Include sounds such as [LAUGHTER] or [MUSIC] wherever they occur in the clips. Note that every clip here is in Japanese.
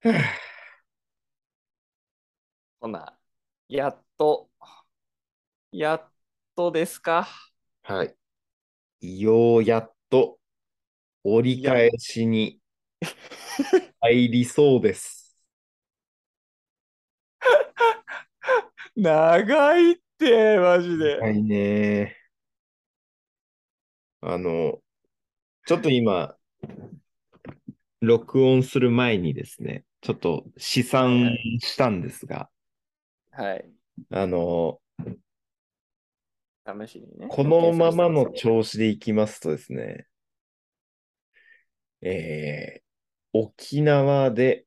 ふぅほな、やっと、やっとですか。はい。ようやっと折り返しに入りそうです。長いって、マジで。はいね。あの、ちょっと今、録音する前にですね、ちょっと試算したんですが、はい。あの、試しにね。このままの調子でいきますとですね、えー、沖縄で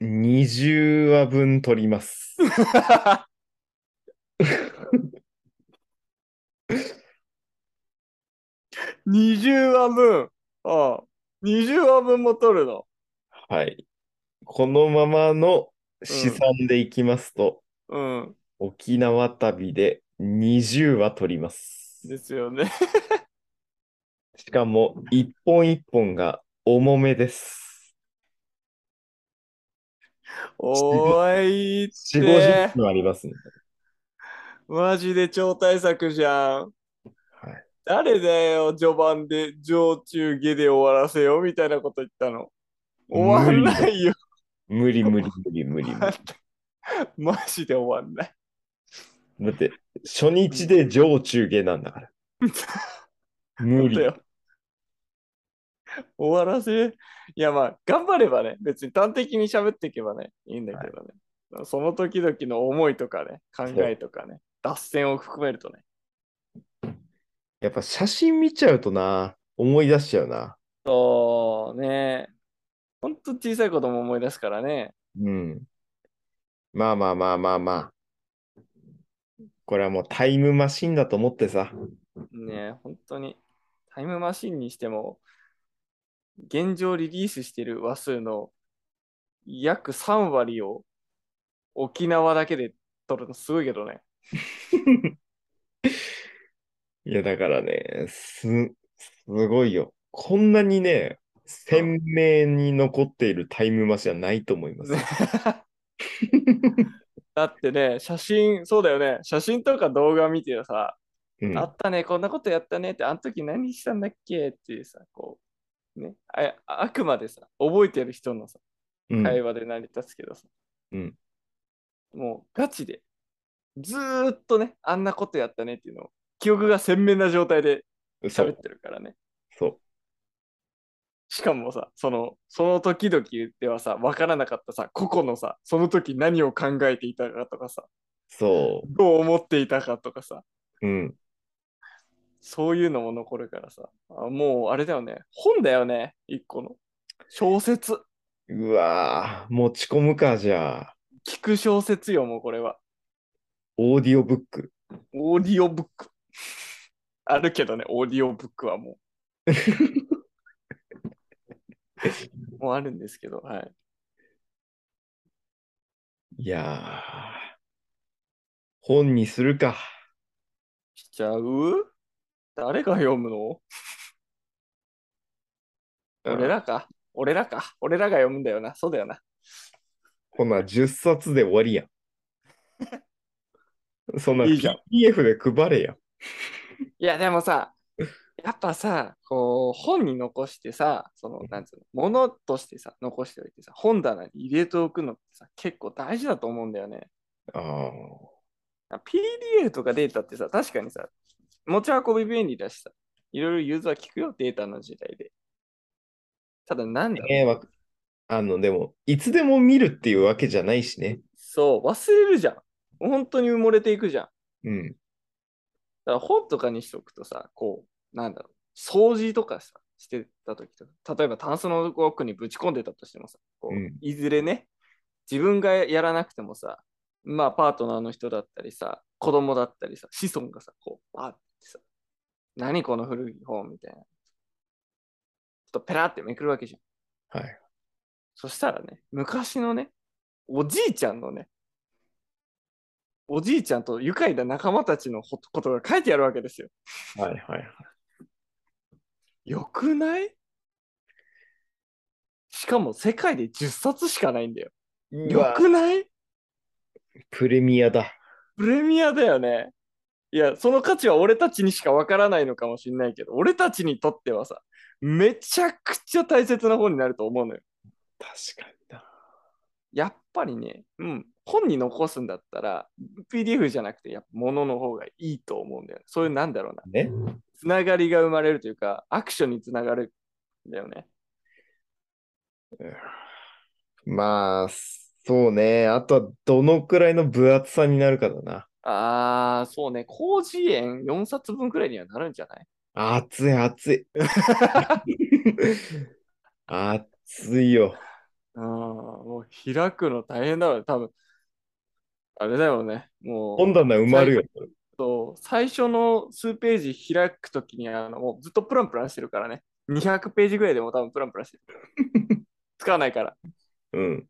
20話分取 [LAUGHS] ります。 20話分。ああ。20話分も取るの。はい。このままの試算でいきますと、うん。沖縄旅で20話取ります。ですよね。しかも、一本一本が重めです。おいっ4、50て。分ありますね。マジで超大作じゃん。はい、誰だよ、序盤で上中下で終わらせようみたいなこと言ったの。終わんないよ。無理無理無理無理無理。マジで終わんない。だって、初日で上中下なんだから。無理だ。よ。終わらせ。いやまあ、頑張ればね、別に端的に喋っていけばね、いいんだけどね。その時々の思いとかね、考えとかね、脱線を含めるとね。やっぱ写真見ちゃうとな、思い出しちゃうな。そうね。ほんと小さいことも思い出すからね。うん。まあまあまあまあまあ。これはもうタイムマシンだと思っ [LAUGHS] てさ。ねえ本当に。タイムマシンにしても、現状リリースしてる話数の約3割を沖縄だけで取るのすごいけどね。いやだからね、す、すごいよ。こんなにね、鮮明に残っているタイムマシンはないと思 [LAUGHS] います。だってね、写真、そうだよね、写真とか動画見てさ、うん、あったね、こんなことやったねって、あの時何したんだっけっていうさ、こう、ね、ああくまでさ、覚えてる人のさ、うん会話で成り立つけどさ、うんもうガチで、ずーっとね、あんなことやったねっていうのを、記憶が鮮明な状態でそ喋っう、てるからね。そしかもさ、その、その時々ではさ、わからなかったさ、個々のさ、その時何を考えていたかとかさ、う、そどう思っていたかとかさ、う、うん。そういうのも残るからさ。あもうあれだよね。本だよね。一個の。小説。うわぁ、持ち込むか、じゃあ。聞く小説よ、もうこれは。オーディオブック。オーディオブック。あるけどね、オーディオブックはもう。もうあるんですけど、はい。いやー、本にするか。しちゃう誰が読むの俺らか。俺らか。俺らが読むんだよな。そうだよな。ほな、10冊で終わりや [LAUGHS] ん。そんな、いいじゃん PDF で配れや。いや、でもさ、やっぱさ、こう、本に残してさ、その、なんつうの、ものとしてさ、残しておいてさ、本棚に入れておくのってさ、結構大事だと思うんだよね。ああ、 PDF とかデータってさ、確かにさ、持ち運び便利だしさ、いろいろユーザー聞くよ、データの時代で。ただ、なんだろう、えーわかあの、でも、いつでも見るっていうわけじゃないしね。そう、忘れるじゃん。本当に埋もれていくじゃん。うん。だから本とかにしとくとさ、こう、なんだろう、掃除とかさ、してた時とか、例えばタンスの奥にぶち込んでたとしてもさ、こううんいずれね、自分がやらなくてもさ、まあパートナーの人だったりさ、子供だったりさ、子孫がさ、こう、バーってさ、何この古い本みたいな。ちょっとペラってめくるわけじゃん。はい。そしたらね、昔のね、おじいちゃんのね、おじいちゃんと愉快な仲間たちのほことが書いてあるわけですよ。はいはいはい。よくないししかも世界で10冊しかないんだよ。うよわくないプレミアだ。プレミアだよね。いや、その価値は俺たちにしかわからないのかもしれないけど、俺たちにとってはさ、めちゃくちゃ大切な本になると思うのよ。確かにな。やっぱりね、うん、本に残すんだったら、PDF じゃなくて、やっぱ物の方がいいと思うんだよね。そういう、なんだろうな。ね。つながりが生まれるというか、アクションにつながるんだよね。まあ、そうね。あとはどのくらいの分厚さになるかだな。あー、そうね。広辞苑4冊分くらいにはなるんじゃない熱い、熱い。熱 [LAUGHS] いよ。うん、もう開くの大変だろうね。多分あれだよね。もう。本棚埋まるよ。と、最初の数ページ開くときにあの、もうずっとプランプランしてるからね。200ページぐらいでもう多分プランプランしてる。使わないから。うん。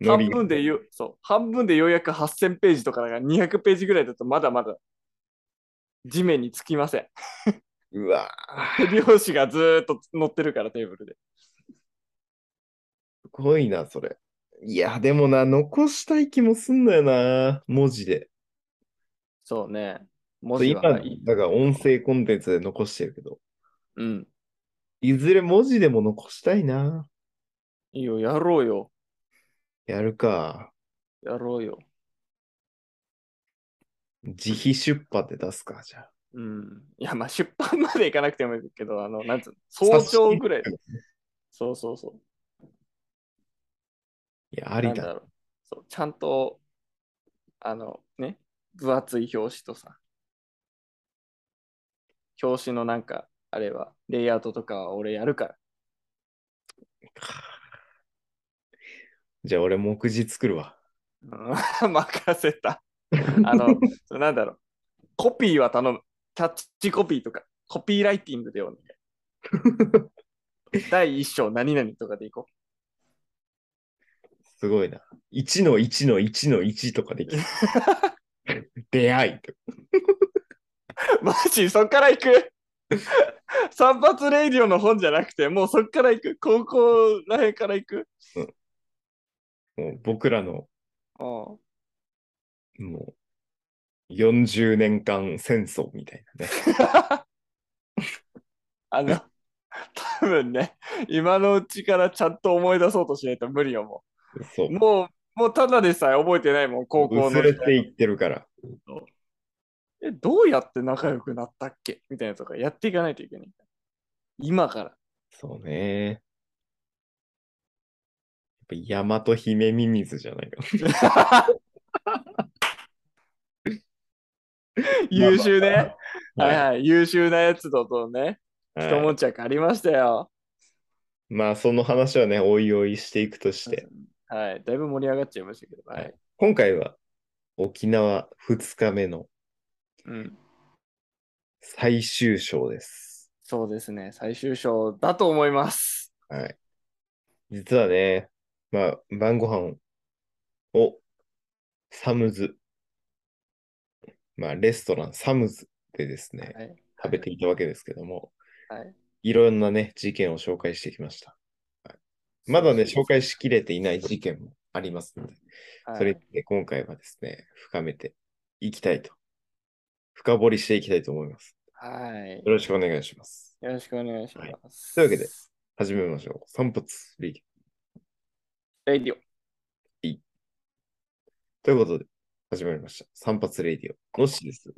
ノ半リ分でよ、そう、半分でようやく8000ページとかだから200ページぐらいだとまだまだ地面につきません。うわ漁師がずーっと乗ってるからテーブルで。すごいな、それ。いや、でもな、残したい気もすんだよな、文字で。そうね。文字今、だはかいい。ら音声コンテンツで残してるけど、うん。いずれ文字でも残したいな。いいよ、やろうよ。やるか。やろうよ。自費出版で出すか、じゃあ。うん。いや、まあ、出版までいかなくてもいいけど、あの、なんつうの、早朝ぐらい。そうそうそう。いや、ありなんだだ。ろうそうちゃんとあのね分厚い表紙とさ表紙のなんかあれはレイアウトとかは俺やるからじゃあ、俺、目次作るわ。うん [LAUGHS] 任せたあのそうなんだろうコピーは頼むキャッチコピーとかコピーライティングでお願い第1章何々とかでいこすごいな。1の1の1の1とか [LAUGHS] できる。出会いとか。うマジそっから行く散髪レイディオの本じゃなくてもうそっから行く高校らへんから行くもう僕らのうんもう40年間戦争みたいなね。あの、多分ね、今のうちからちゃんと思い出そうとしないと無理よ、もそうう。。もう、もうただでさえ覚えてないもん、高校薄のれ時ていってるから。え、どうやって仲良くなったっけみたいなとかやっていかないといけない。今から。そうね。やっぱ、大和姫ミミズじゃないか。 [LAUGHS] 優秀ね。まあはいはい。優秀なやつだとね、はい一悶着ありましたよ。まあ、その話はね、おいおいしていくとして、はい。だいぶ盛り上がっちゃいましたけど、ははいい。今回は沖縄2日目のうん。最終章です。そうですね、最終章だと思います。はい。実はね、まあ、晩ご飯をサムズ、まあ、レストランサムズでですね、はい、食べていたわけですけども、はい、いろんなね、事件を紹介してきました。はい、まだね、紹介しきれていない事件もありますので、はい、それで今回はですね、深めていきたいと、深掘りしていきたいと思います。はい。よろしくお願いします。よろしくお願いします。はというわけで、始めましょう。散髪礼儀。レイディオ。ということで、始まりました。散髪レイディオ。のっしーです。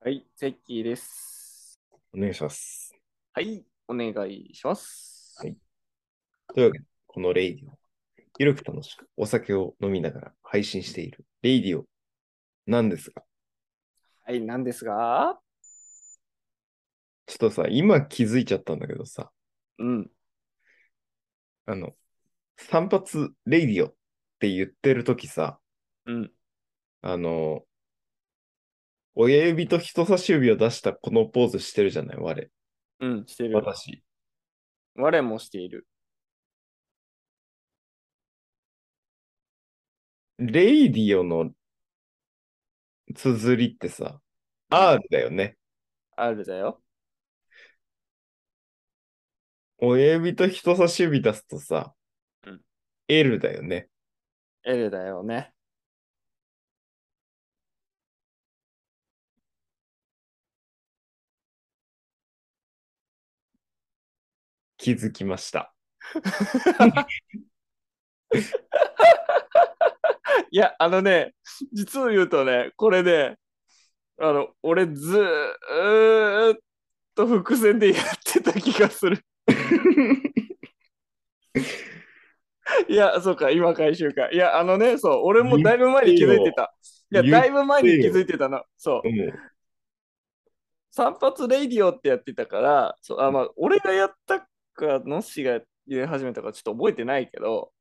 はい、ゼッキーです。お願いします。はい、お願いします。はいというわけで、このレイディオは、ゆるく楽しくお酒を飲みながら配信しているレイディオなんですが、はい、なんですが、ちょっとさ、今気づいちゃったんだけどさ、うん、あの、散髪レイディオって言ってるときさ、うん。あの、親指と人差し指を出したこのポーズしてるじゃない、我。うん、してる。私。我もしている。レイディオの綴りってさ、R だよね。 R だよ。親指と人差し指出すとさ、うん L だよね。 L だよね。 [LAUGHS] 気づきま [LAUGHS] した。いや、あのね、実を言うとね、これね、あの、俺ずーっと伏線でやってた気がする。いや、そうか、今回収か。いや、あのね、そう、俺もだいぶ前に気づいてた。い言や、ってよだいぶ前に気づいてたの。そうう。ん散髪レイディオってやってたから、そうあまあ、俺がやったか、のっしが言い始めたかちょっと覚えてないけど、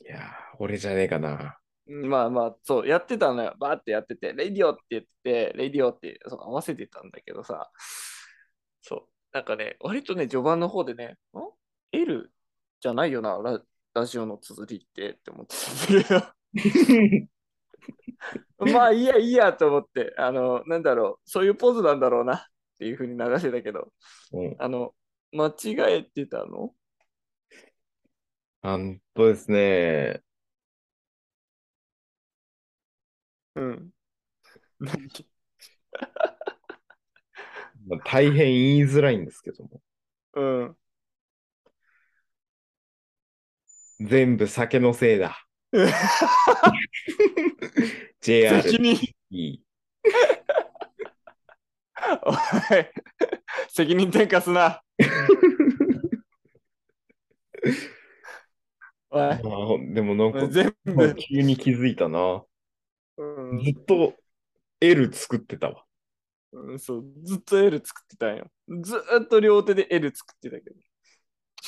いやー、俺じゃねえ [LAUGHS] かな。まあまあ、そう、やってたのよ。バーってやってて、レディオって言って、レディオってそう合わせてたんだけどさ、そう、なんかね、割とね、序盤の方でね、ん ?L じゃないよな、ララジオの綴りってって思ってたんだけ [LAUGHS] ど、まあいいや、いいやと思って、あの、なんだろう、そういうポーズなんだろうなっていうふうに流してたけど、うん、あの、間違えてたのあんとですね、うん。まあ大変言いづらいんですけども、うん。全部酒のせいだ。責 JRE。任、おい、責任転嫁す [LAUGHS] な。おいあ、ーでもなんか、全部。急に気づいたな。うんずっと L 作ってたわ。うん、そう、ずっと L 作ってたんよ。ずーっと両手で L 作ってたけ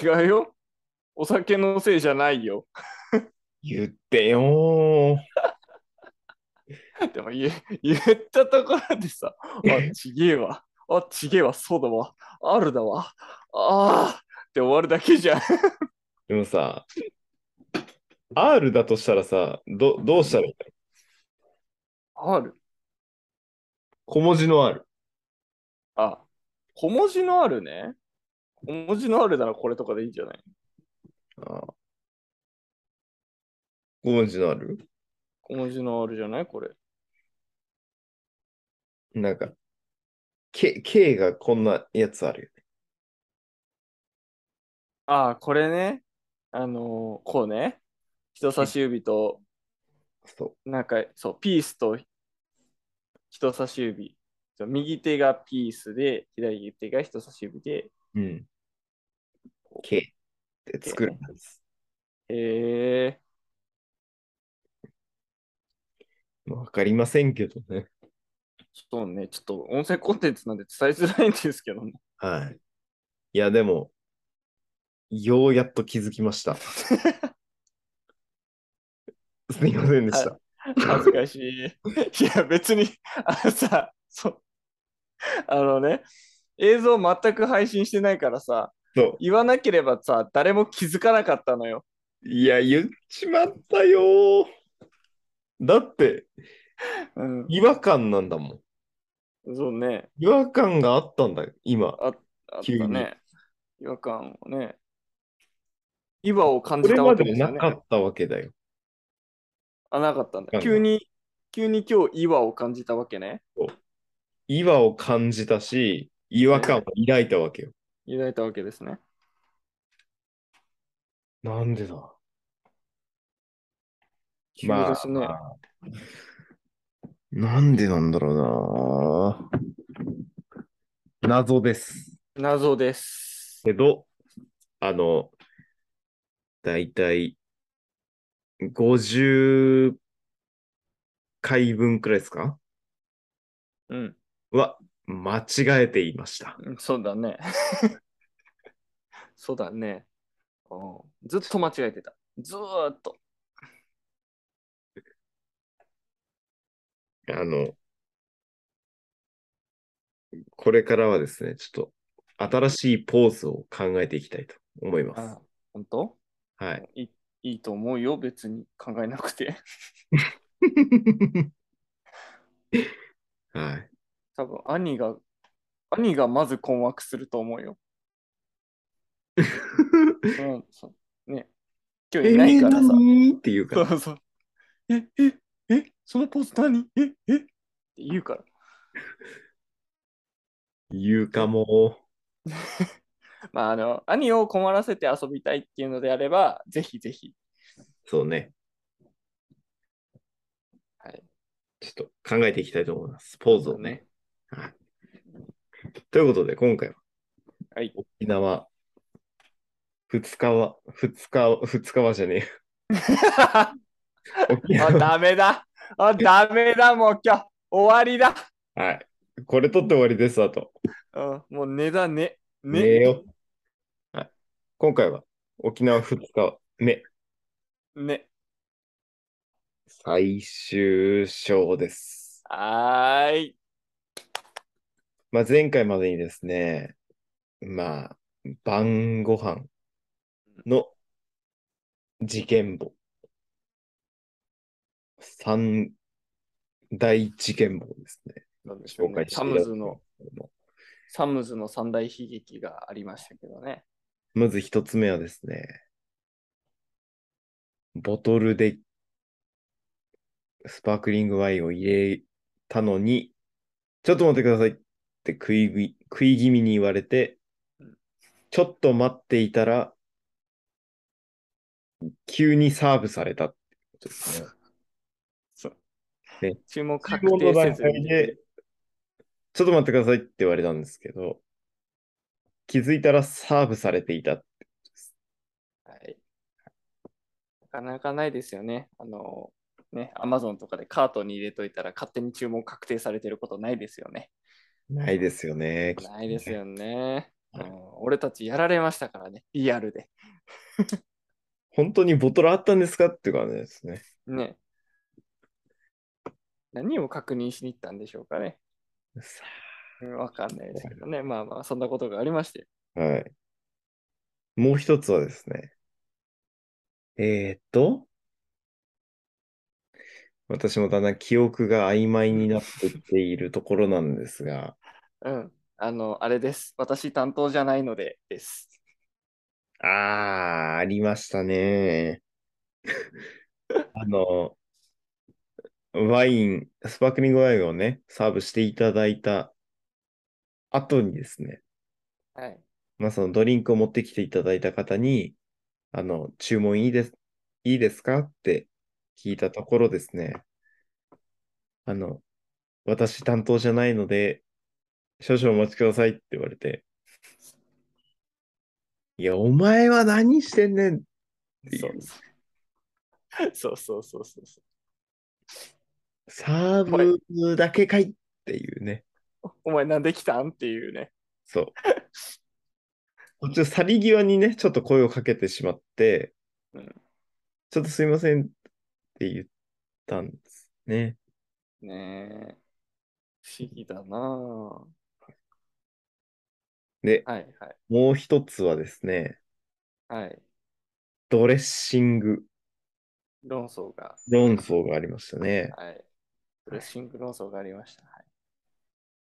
ど。違うよ。お酒のせいじゃないよ。言ってよ [LAUGHS] ー。でも言え言ったところでさ、あ、ちげえわ。あ、ちげえわ。そうだわ。あるだわ。ああ。って終わるだけじゃん。でもさ、R だとしたらさ、どどうしたらいいんだろうある。小文字の R。あ、小文字のあるね。小文字のあるならこれとかでいいんじゃないあー小文字の R? 小文字のあるじゃないこれ。なんか、K, K がこんなやつあるよね。ああ、これね。あのーこうね。人差し指と、そなんか、そう、ピースと人差し指。そう右手がピースで、左手が人差し指で。う。うん。K って作るんです。へえ。まあわかりませんけどね。そうね。ちょっと音声コンテンツなんで伝えづらいんですけどね。はい。いや、でも、ようやっと気づき [LAUGHS] ました。すみませんでした。恥ずかしい。 [LAUGHS] いや、別に、あのさ、そう。あのね、映像全く配信してないからさ、そ言わなければさ、誰も気づかなかったのよ。う。いや、言っちまったよーだって、うん。違和感なんだもん。そうね。違和感があったんだよ、今。あっ急たにね。違和感をね。違和を感こじれたまわけででもすよなね。かったわけだよ。あ、なかったんうだ。ん急に、急に今日違和を感じたわけね。違和を感じたし、違和感を抱いたわけよ。抱いたわけですね。なんでだ急ですね。あ、なんでなんだろうな。謎です。謎です。けど、あの、だいたい50回分くらいですかうん。は、間違えていました。うんそうだね。 [LAUGHS] そうだね。うんずっと間違えてた。ずーっと。あの、これからはですね、ちょっと新しいポーズを考えていきたいと思いますあ。本当 [LAUGHS] はいい。いいと思うよ、別に考えなくて。 [LAUGHS] はい。 [LAUGHS] 多分兄が、兄がまず困惑すると思うよ。うん、そう。ね。今日いえ、ないからさ。何っていうそかうそう。え、え、え、そのポーズ何え、えって言うから。言うかも。まあ、あの、兄を困らせて遊びたいっていうのであれば、ぜひぜひ。そうね。はい。ちょっと考えていきたいと思います。ポーズを [LAUGHS] ね。はい。ということで、今回ははい。沖縄、二日は、二日は、二日はじゃ [LAUGHS] ねえ。沖あ、縄。ダメだ。あ、ダメだ、もう今日。終わりだ。はい。これ取って終わりです、あと。うん、もう寝だね。ねえよ。はい。今回は沖縄二日目、ね。最終章です。はーい。まあ、前回までにですね、まあ、晩ご飯の事件簿。三大事件簿をですね、なんでしょう紹ね介してサムズの、いただくんですけどもサムズの三大悲劇がありましたけどね。まず一つ目はですね、ボトルでスパークリングワインを入れたのに、ちょっと待ってくださいって食い食い食い気味に言われてうん、ちょっと待っていたら、急にサーブされたってことですね。そうね注文確注文定のせ段ず階に。で、ちょっと待ってくださいって言われたんですけど、気づいたらサーブされていた。はい。なかなかないですよね。あの、ね、アマゾンとかでカートに入れといたら勝手に注文確定されてることないですよね。ないですよね。ないですよね。はいうん俺たちやられましたからね、リアルで。本当にボトルあったんですかっていう感じですね。ね。何を確認しに行ったんでしょうかね。さうんわかんないですけどね。まあまあ、そんなことがありまして。あはい。もう一つはですね。えー、っと。私もだんだん記憶が曖昧になってきているところなんですが、うん。あの、あれです。私担当じゃないので、です。あー、ありましたね。 [LAUGHS] あの、ワイン、スパークリングワインをね、サーブしていただいた後にですね、はい。まあ、そのドリンクを持ってきていただいた方に、あの、注文いいです、いいですかって聞いたところですね。あの、私担当じゃないので、少々お待ちくださいって言われて。いや、お前は何してんねんっていそうう。そうそうそうそうそう。サーブだけかいっていうね。お前なんで来たんっていうね。そう。途中、去り際にね、ちょっと声をかけてしまって、うんちょっとすいませんって言ったんですね。ねえ。不思議だなぁで、はいはいもう一つはですね、はい。ドレッシング論争が。論争がありましたね。はい。ドレッシング論争がありました。はい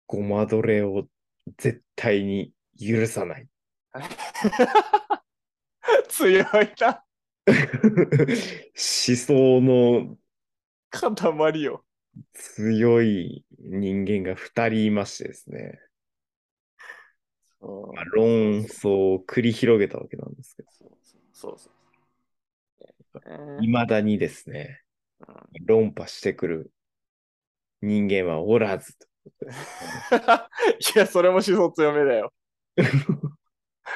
ごまドレを絶対に許さない。 [LAUGHS] 強い [LAUGHS] な。思想の塊よ。強い人間が二人いましてですね、そうまあ論争を繰り広げたわけなんですけど、そうそうそうそう。ねいまだにですね、うん論破してくる人間はおらず。 [LAUGHS] いや、それも思想強めだ [LAUGHS] よ。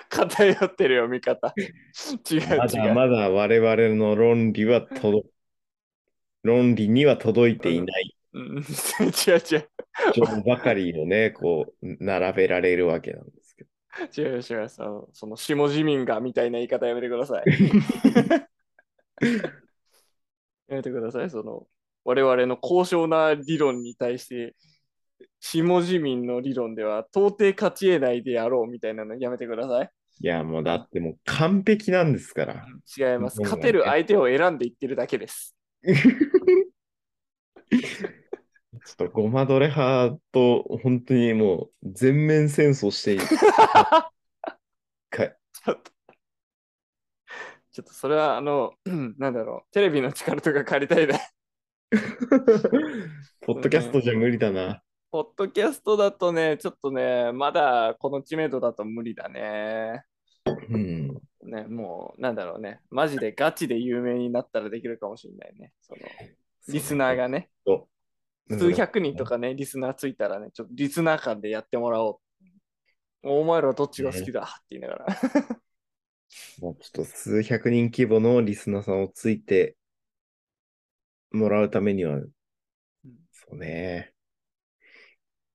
偏ってるよ、味方。 [LAUGHS] 違う違う。まだまだ我々の論理は届、論理には届いていないうん、違う [LAUGHS] 違う。情報ばかり [LAUGHS] をね、こう、並べられるわけなんですけど。違う違う。その、その下地民がみたいな言い方やめてくだ [LAUGHS] さい。やめてください。その、我々の高尚な理論に対して、下地民の理論では到底勝ち得ないであろうみたいなのやめてください。いや、もうだってもう完璧なんですから。違います。勝てる相手を選んでいってるだけです。ちょっとごまどれ派と本 [LAUGHS] 当にもう全面戦争しているかちょっとちょっとそれはあの、 [CLEARS THROAT] なんだろう、テレビの力とか借りたいな。ポッドキャストじゃ無理だな。 [LAUGHS] ポッドキャストだとね、ちょっとね、まだこの知名度だと無理だね。うん。ね、もう、なんだろうね、マジでガチで有名になったらできるかもしれないね。そのリスナーがね、そう数百人とかね、リスナーついたらね、ちょっとリスナー間でやってもらおう。お前らどっちが好きだって言いながら。 [LAUGHS] もうちょっと数百人規模のリスナーさんをついてもらうためには、そうね。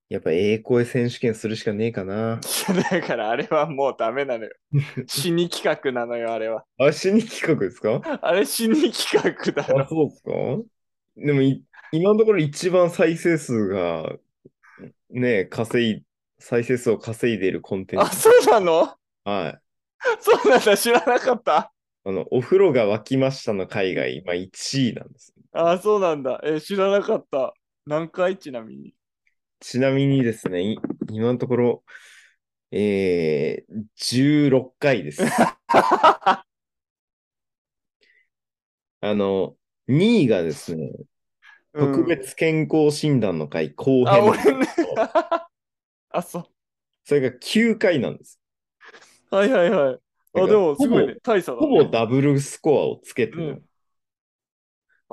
やっぱ栄光選手権するしかねえかな。いやだからあれはもうダメな [LAUGHS] のよ。死に企画なのよ、あれは。あ、死に企画ですか [LAUGHS] あれ死に企画だあ、ろ。そうですかでもい、今のところ一番再生数が、ね、稼い、再生数を稼いでいるコンテンあ、ツ。そうなの [LAUGHS] はい。そうなんだ、知らなかった。あの、お風呂が沸きましたの海外、今1位なんです。あ、そうなんだ。え、知らなかった。何回ちなみに。ちなみにですね、い今のところ、えー、16回 [LAUGHS] です。あの、2位がですね、うん特別健康診断の会後あ、編、俺ね。 [LAUGHS] あ、そ [LAUGHS] それが9回なんです。う。はいはいはい。あ、でもすごいね。大差だ、ほね。ぼ。ほぼダブルスコアをつけてる、うん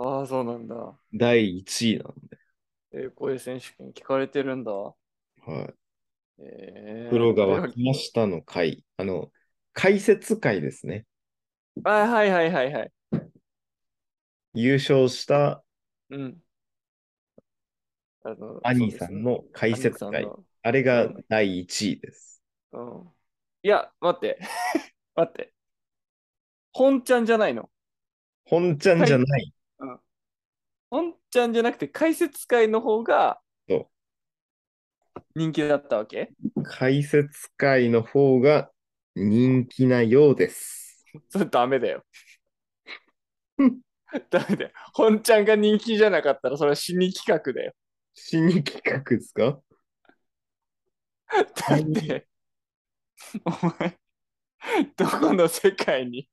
ああ、そうなんだ。第1位なんえー、こういう選手権聞かれてるんだ。で。はい。えー、風呂が沸きましたの会。あの、解説会ですね。あ、はいはいはいはい。優勝したうん。あのアニーさんの解説そうですねアニー会。さんのあれが第1位です。うんいや、待って。 [LAUGHS] 待って。本ちゃんじゃないの。本ちゃんじゃない。本ちゃんじゃなくて、解説会の方がそ人気だったわけ解説会の方が人気なようです。それダメだようん。 [LAUGHS] ダメだよ。本ちゃんが人気じゃなかったら、それは死に企画だよ。死に企画ですかだって、お前、どこの世界に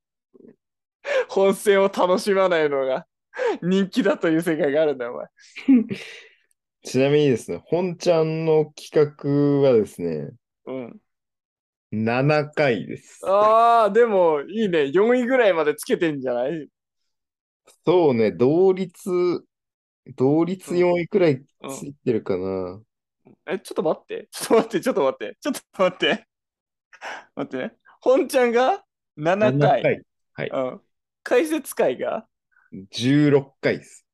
本戦を楽しまないのが人気だという世界があるんだよ、お前。ちなみにですね、本ちゃんの企画はですね、うん、 7回です。ああ、でもいいね。4位ぐらいまでつけてんじゃないそうね、同率、同率うん4位くらいうんついてるかな。え、ちょっと待って。ちょっと待って、ちょっと待って。ちょっと待って。待ってね。本ちゃんが7 7回。回、うん。解説会が16回です。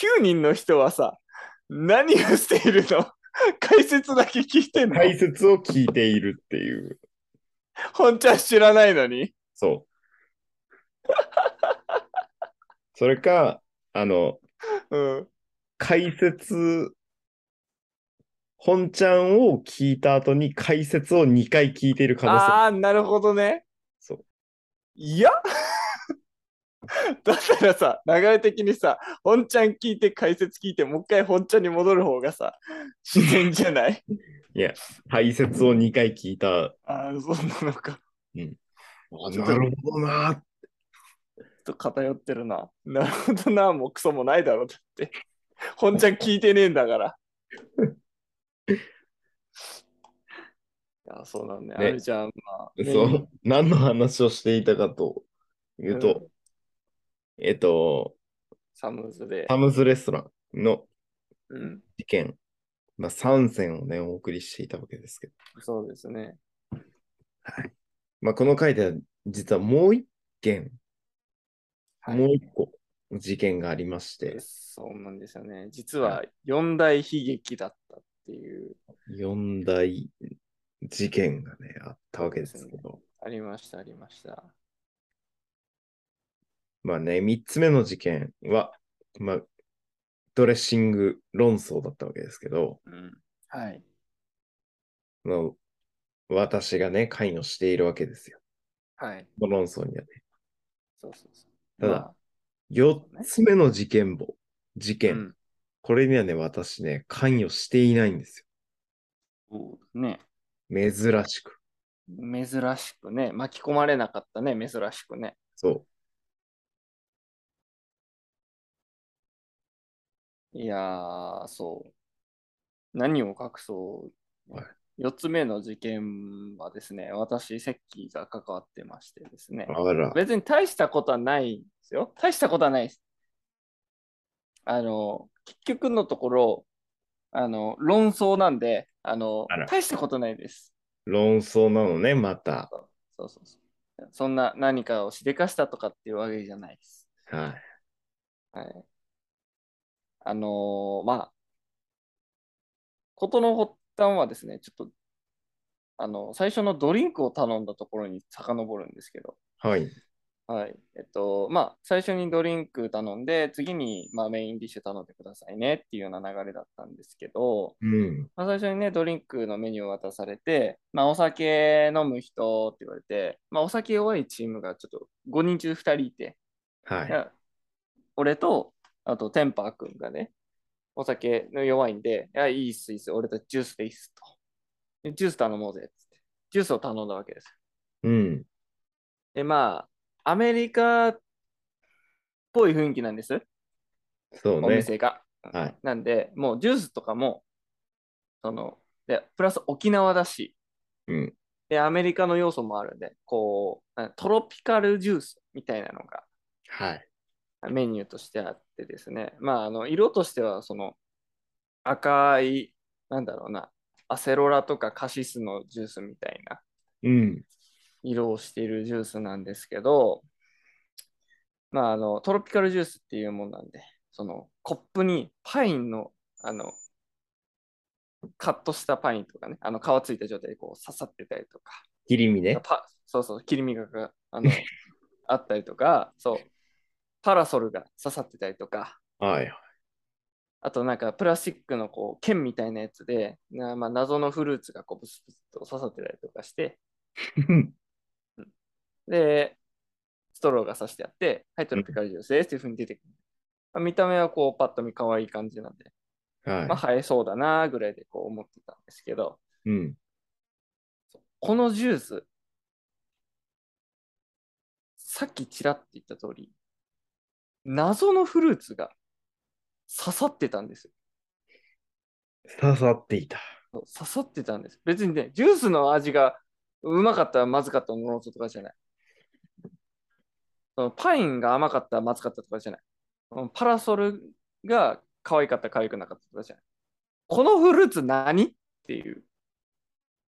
9人の人はさ、何をしているの解説だけ聞いてんの解説を聞いているっていう。本ちゃん知らないのに。そう。 [LAUGHS] それか、あの、うん。解説、本ちゃんを聞いた後に解説を2回聞いている可能性ああー、なるほどね。そう。いや [LAUGHS] だったらさ、流れ的にさ、本ちゃん聞いて解説聞いて、もう一回本ちゃんに戻る方がさ、自然じゃない解説を2回聞いた。 [LAUGHS] ああ、そうなのか。ちょっとなるほどな。ちょっと偏ってるな。なるほどな、もうクソもないだろ、だって。本ちゃん聞いてねえんだ [LAUGHS] から。いや、そうなんね。あねるじゃん、まあ。そねう。何の話をしていたかというと、えっと、サムズでサ。ムズレストランのうん。事件、まあ、3選をね、お送りしていたわけですけど、そうですね。まあ、この回では実はもう1件、はいもう1個事件がありまして、そうなんですよね。実は四大悲劇だったっていう、四大事件がね、あったわけですけど。ありました、ありました。まあね、三つ目の事件は、まあ、ドレッシング論争だったわけですけど、うん。はい。まあ、私がね、関与しているわけですよ。はい。この論争にはね。そうそうそう。ただまあ四つ目の事件簿、事件、うんこれにはね、私ね、関与していないんですそうね。よ。珍しく。珍しくね、巻き込まれなかったね、珍しくね。そう。いやー、そう。何を隠そう。はい4つ目の事件はですね、私、セッキーが関わってましてですね、あら。別に大したことはないんですよ。大したことはないです。あの、結局のところ、あの、論争なんで、あのあら、大したことないです。論争なのね、また。そうそうそう。そんな何かをしでかしたとかっていうわけじゃないです。ははい。あのーまあ、ことの発端はですね、ちょっと、あの、最初のドリンクを頼んだところに遡るんですけど、い。はい。はい。えっと、まあ、最初にドリンク頼んで、次に、まあ、メインディッシュ頼んでくださいねっていうような流れだったんですけど、うん。まあ、最初にね、ドリンクのメニューを渡されて、まあ、お酒飲む人って言われて、まあ、お酒弱いチームがちょっと5人中2人いて、はいい。や俺と、あと、テンパー君がね、お酒の弱いんで、いや、いいっす、いいっす、俺たちジュースでいいっすと。でジュース頼もうぜ、つって。ジュースを頼んだわけですよ。うん。で、まあ、アメリカっぽい雰囲気なんです、そうおね。店が。はい。なんで、もうジュースとかも、その、で、プラス沖縄だし、うん。で、アメリカの要素もあるんで、こう、なんトロピカルジュースみたいなのがはい。メニューとしてあってですね、まあ、あの色としてはその赤い、なんだろうな、アセロラとかカシスのジュースみたいなうん。色をしているジュースなんですけど、まあ、あのトロピカルジュースっていうもんなんで、そのコップにパインのあのカットしたパインとかね、あの皮ついた状態でこう刺さってたりとか、切り身ね。パそうそう、切り身ががあのあったりとか、そう、パラソルが刺さってたりとか、 [LAUGHS] はい。あとなんかプラスチックのこう剣みたいなやつで、なまあ、謎のフルーツがこうブスブスと刺さってたりとかして、で、ストローが刺してあって、はい、トロピカルジュースですっていうふうに出てくる。まあ、見た目はこうパッと見可愛い感じなんで、まはあ映えそうだなぐらいでこう思ってたんですけど、い。うん。このジュース、さっきちらっと言った通り、謎のフルーツが刺さってたんですよ刺さっていた。そう刺さってたんです。別にね、ジュースの味がうまかったらまずかったものとかじゃない。そのパインが甘かったらまずかったとかじゃない。そのパラソルが可愛かったら可愛くなかったとかじゃない。このフルーツ何っていう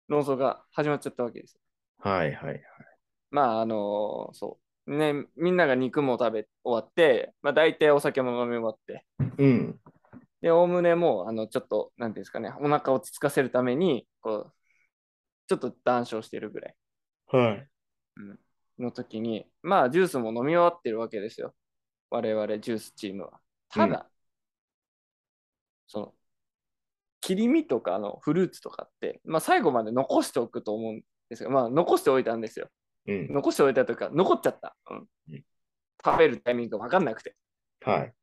論争が始まっちゃったわけです。はいはい。まあ、あのそう。ね、みんなが肉も食べ終わって、まあ、大体お酒も飲み終わって、うん。で、おおむねもう、あの、ちょっと、なんていうんですかね、お腹を落ち着かせるために、こう、ちょっと談笑してるぐらいはい。の時に、まあ、ジュースも飲み終わってるわけですよ。我々、ジュースチームは。ただ、その、切り身とかのフルーツとかって、まあ、最後まで残しておくと思うんですよ。まあ、残しておいたんですよ。うん。残しておいたというか、残っちゃった。うんうん。食べるタイミングが分かんなくて。はい。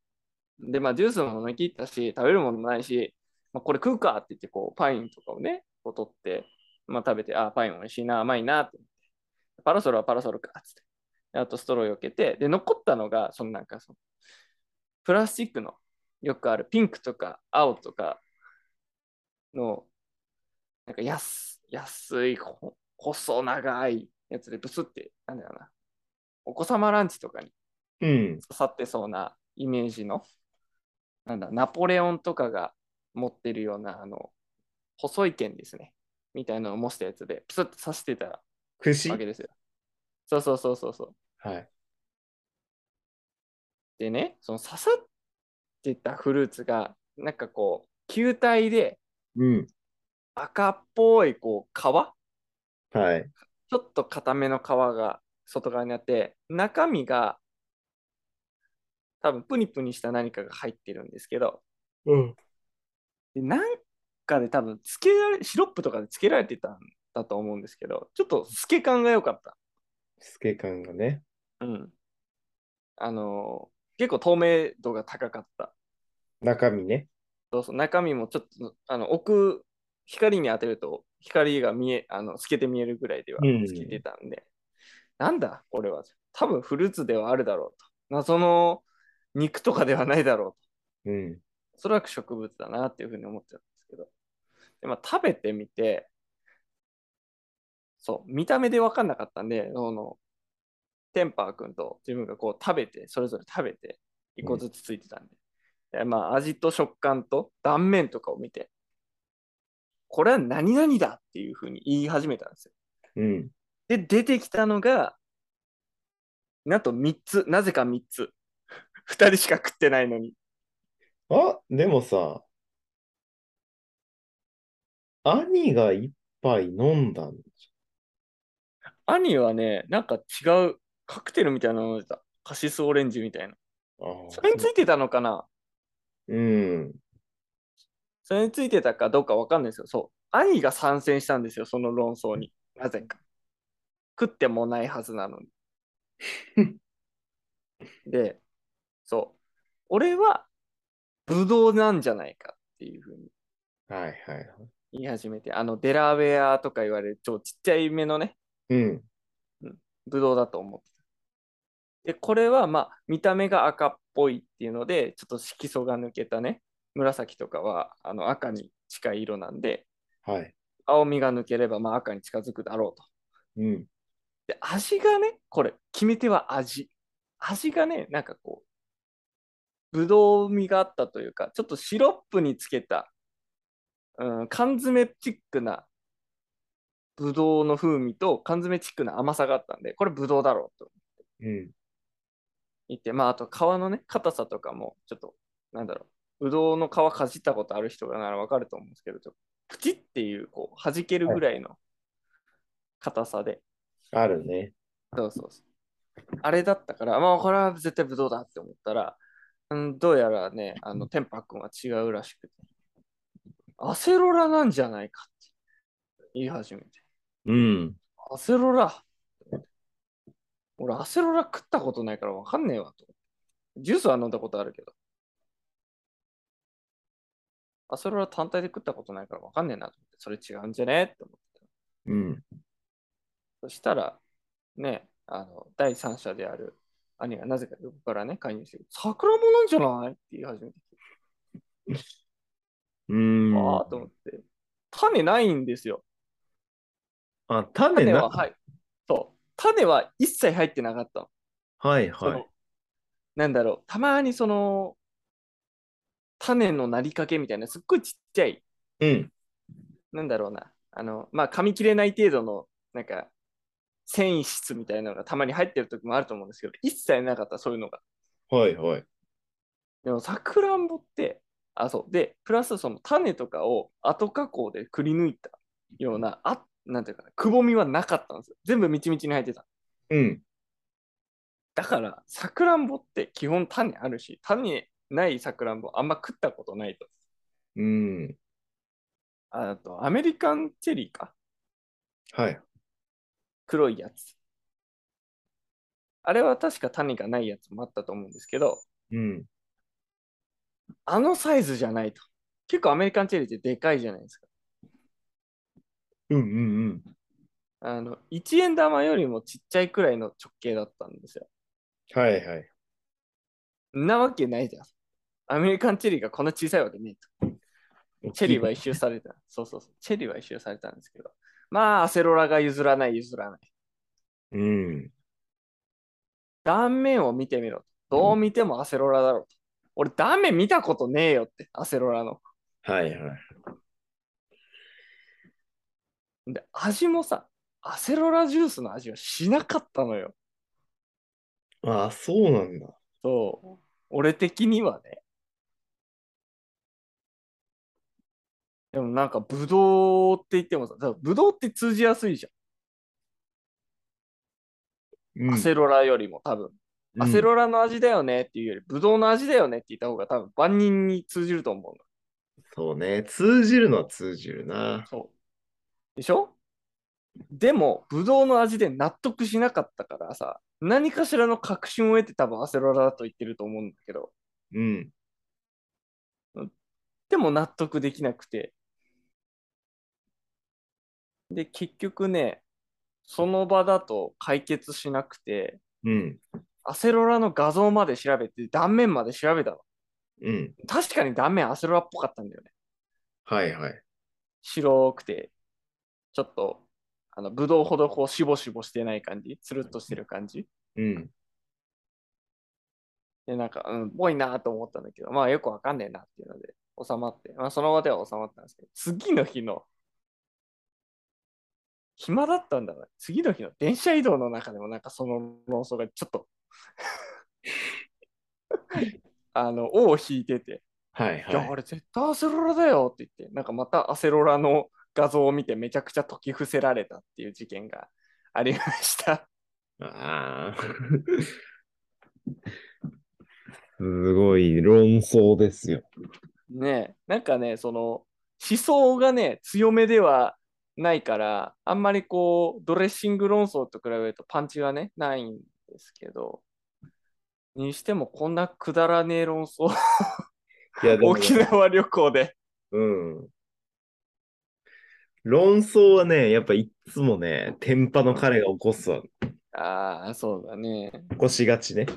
で、まあ、ジュースも飲み切ったし、食べるものもないし、まあ、これ食うかって言って、こう、パインとかをね、こう取って、まあ、食べて、あ、パイン美味しいな、甘いな、って思ってパラソルはパラソルか、つって。であと、ストローを避けて、で、残ったのが、そのなんかその、プラスチックの、よくあるピンクとか青とかの、なんか安、安い、ほ細長いやつで、ブスって、なんだろうな、お子様ランチとかにうん。刺さってそうなイメージの、なんだ、ナポレオンとかが持ってるような、あの、細い剣ですね。みたいなのを模したやつで、プスッと刺してたわ串けですよ。そうそうそうそうそう。はい。でね、その刺さってたフルーツが、なんかこう、球体でうん。赤っぽい、こう、皮ちょはい。っと固めの皮が外側にあって、中身が、多分プニプニした何かが入ってるんですけど、うん。で、なんかで多分、つけられ、シロップとかでつけられてたんだと思うんですけど、ちょっと透け感が良かった。透け感がね。うん。あのー結構透明度が高かった。中身ね。そうそう、中身もちょっと、あの、奥、光に当てると光が見え、あの、透けて見えるぐらいではうん透けてたんで、なんだ、これは。多分フルーツではあるだろうと。謎の肉とかではないだろうと。うん。おそらく植物だなっていうふうに思ってたんですけど。でまあ、食べてみて、そう、見た目で分かんなかったんで、その、テンパー君と自分がこう食べて、それぞれ食べて、一個ずつついてたんで。でまあ、味と食感と断面とかを見て、これは何々だっていうふうに言い始めたんですよ。うん。で、出てきたのが、なんと3つ、なぜか3つ。2人しか食ってないのに。あ、でもさ、兄が一杯飲んだん兄はね、なんか違うカクテルみたいなの飲んでた。カシスオレンジみたいな。あーそれについてたのかなうん。それについてたかどうかわかんないですよ。そう。兄が参戦したんですよ、その論争に。なぜか。食ってもないはずなのに。で、そう。俺は、ブドウなんじゃないかっていうふうにはいはいはい。言い始めて、あの、デラウェアとか言われる、ちょ、ちっちゃい目のね、うん。ブドウだと思ってた。で、これはまあ見た目が赤っぽいっていうので、ちょっと色素が抜けたね、紫とかはあの赤に近い色なんで、はい。青みが抜ければまあ赤に近づくだろうと。うん。で、味がね、これ、決め手は味。味がね、なんかこう、ぶどう味があったというか、ちょっとシロップにつけた、うん、缶詰チックな、ぶどうの風味と缶詰チックな甘さがあったんで、これぶどうだろうとうん。いて、まあ、あと皮のね、硬さとかも、ちょっと、なんだろう、ぶどうの皮かじったことある人ならわかると思うんですけど、ちょっとプチっていう、こう、弾けるぐらいの硬さで、あるね。そうそうそう。あれだったから、まあ、これは絶対ぶどうだって思ったら、うん、どうやらね、あの、テンパ君は違うらしくて、アセロラなんじゃないかって言い始めて、うん。アセロラ俺、アセロラ食ったことないからわかんねえわと。ジュースは飲んだことあるけど。アセロラ単体で食ったことないからわかんねえなと思って、それ違うんじゃねって思って。うん。そしたら、ね、あの、第三者である兄がなぜか横からね、介入して、桜もなんじゃないって言い始めて、うん。ああ、と思って。種ないんですよ。あ、種種な。は、はい。そう。種は一切入ってなかったの。はいそはのい。なんだろう、たまにその、種のなりかけみたいな、すっごいちっちゃい、うん。なんだろうな、あの、まあ、噛み切れない程度の、なんか、繊維質みたいなのがたまに入ってる時もあると思うんですけど、一切なかった、そういうのが。はいはい。でも、さくらんぼって、あ、そう。で、プラスその種とかを後加工でくり抜いたような、あ、なんていうかな、くぼみはなかったんですよ。全部みちみちに入ってた。うん。だから、さくらんぼって基本種あるし、種ないさくらんぼあんま食ったことないと。うん。あと、アメリカンチェリーか。はい。黒いやつ。あれは確か種がないやつもあったと思うんですけど、うん。あのサイズじゃないと。結構アメリカンチェリーってでかいじゃないですか。うんうんうん。あの、1円玉よりもちっちゃいくらいの直径だったんですよ。はいはい。んなわけないじゃん。アメリカンチェリーがこんな小さいわけねえと。チェリーは一周された。そうそうそう。チェリーは一周されたんですけど。まあ、アセロラが譲らない譲らない。うん。断面を見てみろと。どう見てもアセロラだろうと。俺、断面見たことねえよって、アセロラの。はいはい。で、味もさ、アセロラジュースの味はしなかったのよ。あ、そうなんだ。そう。俺的にはね。でもなんか、ブドウって言ってもさ、だからブドウって通じやすいじうゃん。んアセロラよりも多分。アセロラの味だよねっていうより、ブドウの味だよねって言った方が多分万人に通じると思うの。そうね。通じるのは通じるな。そう。でしょでも、ブドウの味で納得しなかったからさ、何かしらの確信を得て多分アセロラだと言ってると思うんだけど、うん。でも納得できなくて、で、結局ね、その場だと解決しなくて、うん。アセロラの画像まで調べて、断面まで調べたの。うん。確かに断面アセロラっぽかったんだよね。はいはい。白くて、ちょっと、あの、ぶどうほどこう、しぼしぼしてない感じ、つるっとしてる感じ。うん。で、なんか、うん、ぽいなと思ったんだけど、まあ、よくわかんねえなっていうので、収まって、まあ、その場では収まったんですけど、次の日の、暇だったんだな。次の日の電車移動の中でも、なんかその論争がちょっと [LAUGHS] あの、尾を引いてて、はいい、や、あはれ絶対アセロラだよって言って、なんかまたアセロラの画像を見てめちゃくちゃ解き伏せられたっていう事件がありました。い。ああ。 [LAUGHS] すごい論争ですよ。ねえ、なんかね、その思想がね、強めではないから、あんまりこう、ドレッシング論争と比べるとパンチがね、ないんですけど、にしてもこんなくだらねえ論 [LAUGHS] 争、いや、でも、沖縄旅行で。うん。論争はね、やっぱいっつもね、天パの彼が起こすわ。 [LAUGHS] ああ、そうだね。起こしがちね。起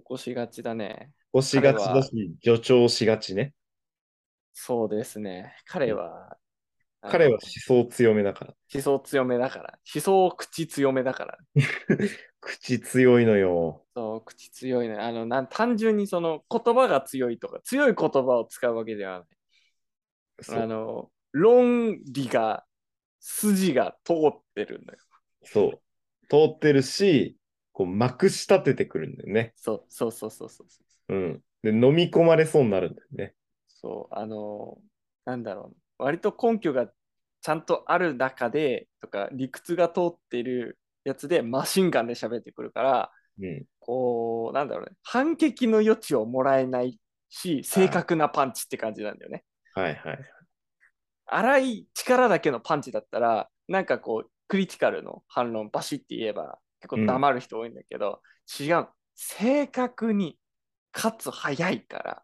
起こしがちだね。こしがち彼だはし、助長しがちね。そうですね。彼は、あの彼は思想強めだから。思想強めだから。思想口強めだから。口強いのよ。そう、口強いね。あの、なん単純にその言葉が強いとか、強い言葉を使うわけではない。そあう。の、論理が、筋が通ってるんだよ。そう通ってるし、こう、まくし立ててくるんだよね。そう、そうそうそうそうそう。うん。で、飲み込まれそうになるんだよね。そう、あの、なんだろう、割と根拠がちゃんとある中で、とか、理屈が通ってるやつで、マシンガンで喋ってくるから、うん。こう、なんだろうね、反撃の余地をもらえないし、正確なパンチって感じなんだよね。はいはい。荒い力だけのパンチだったら、なんかこう、クリティカルの反論バシって言えば、結構黙る人多いんだけど、違う。正確に、かつ早いから、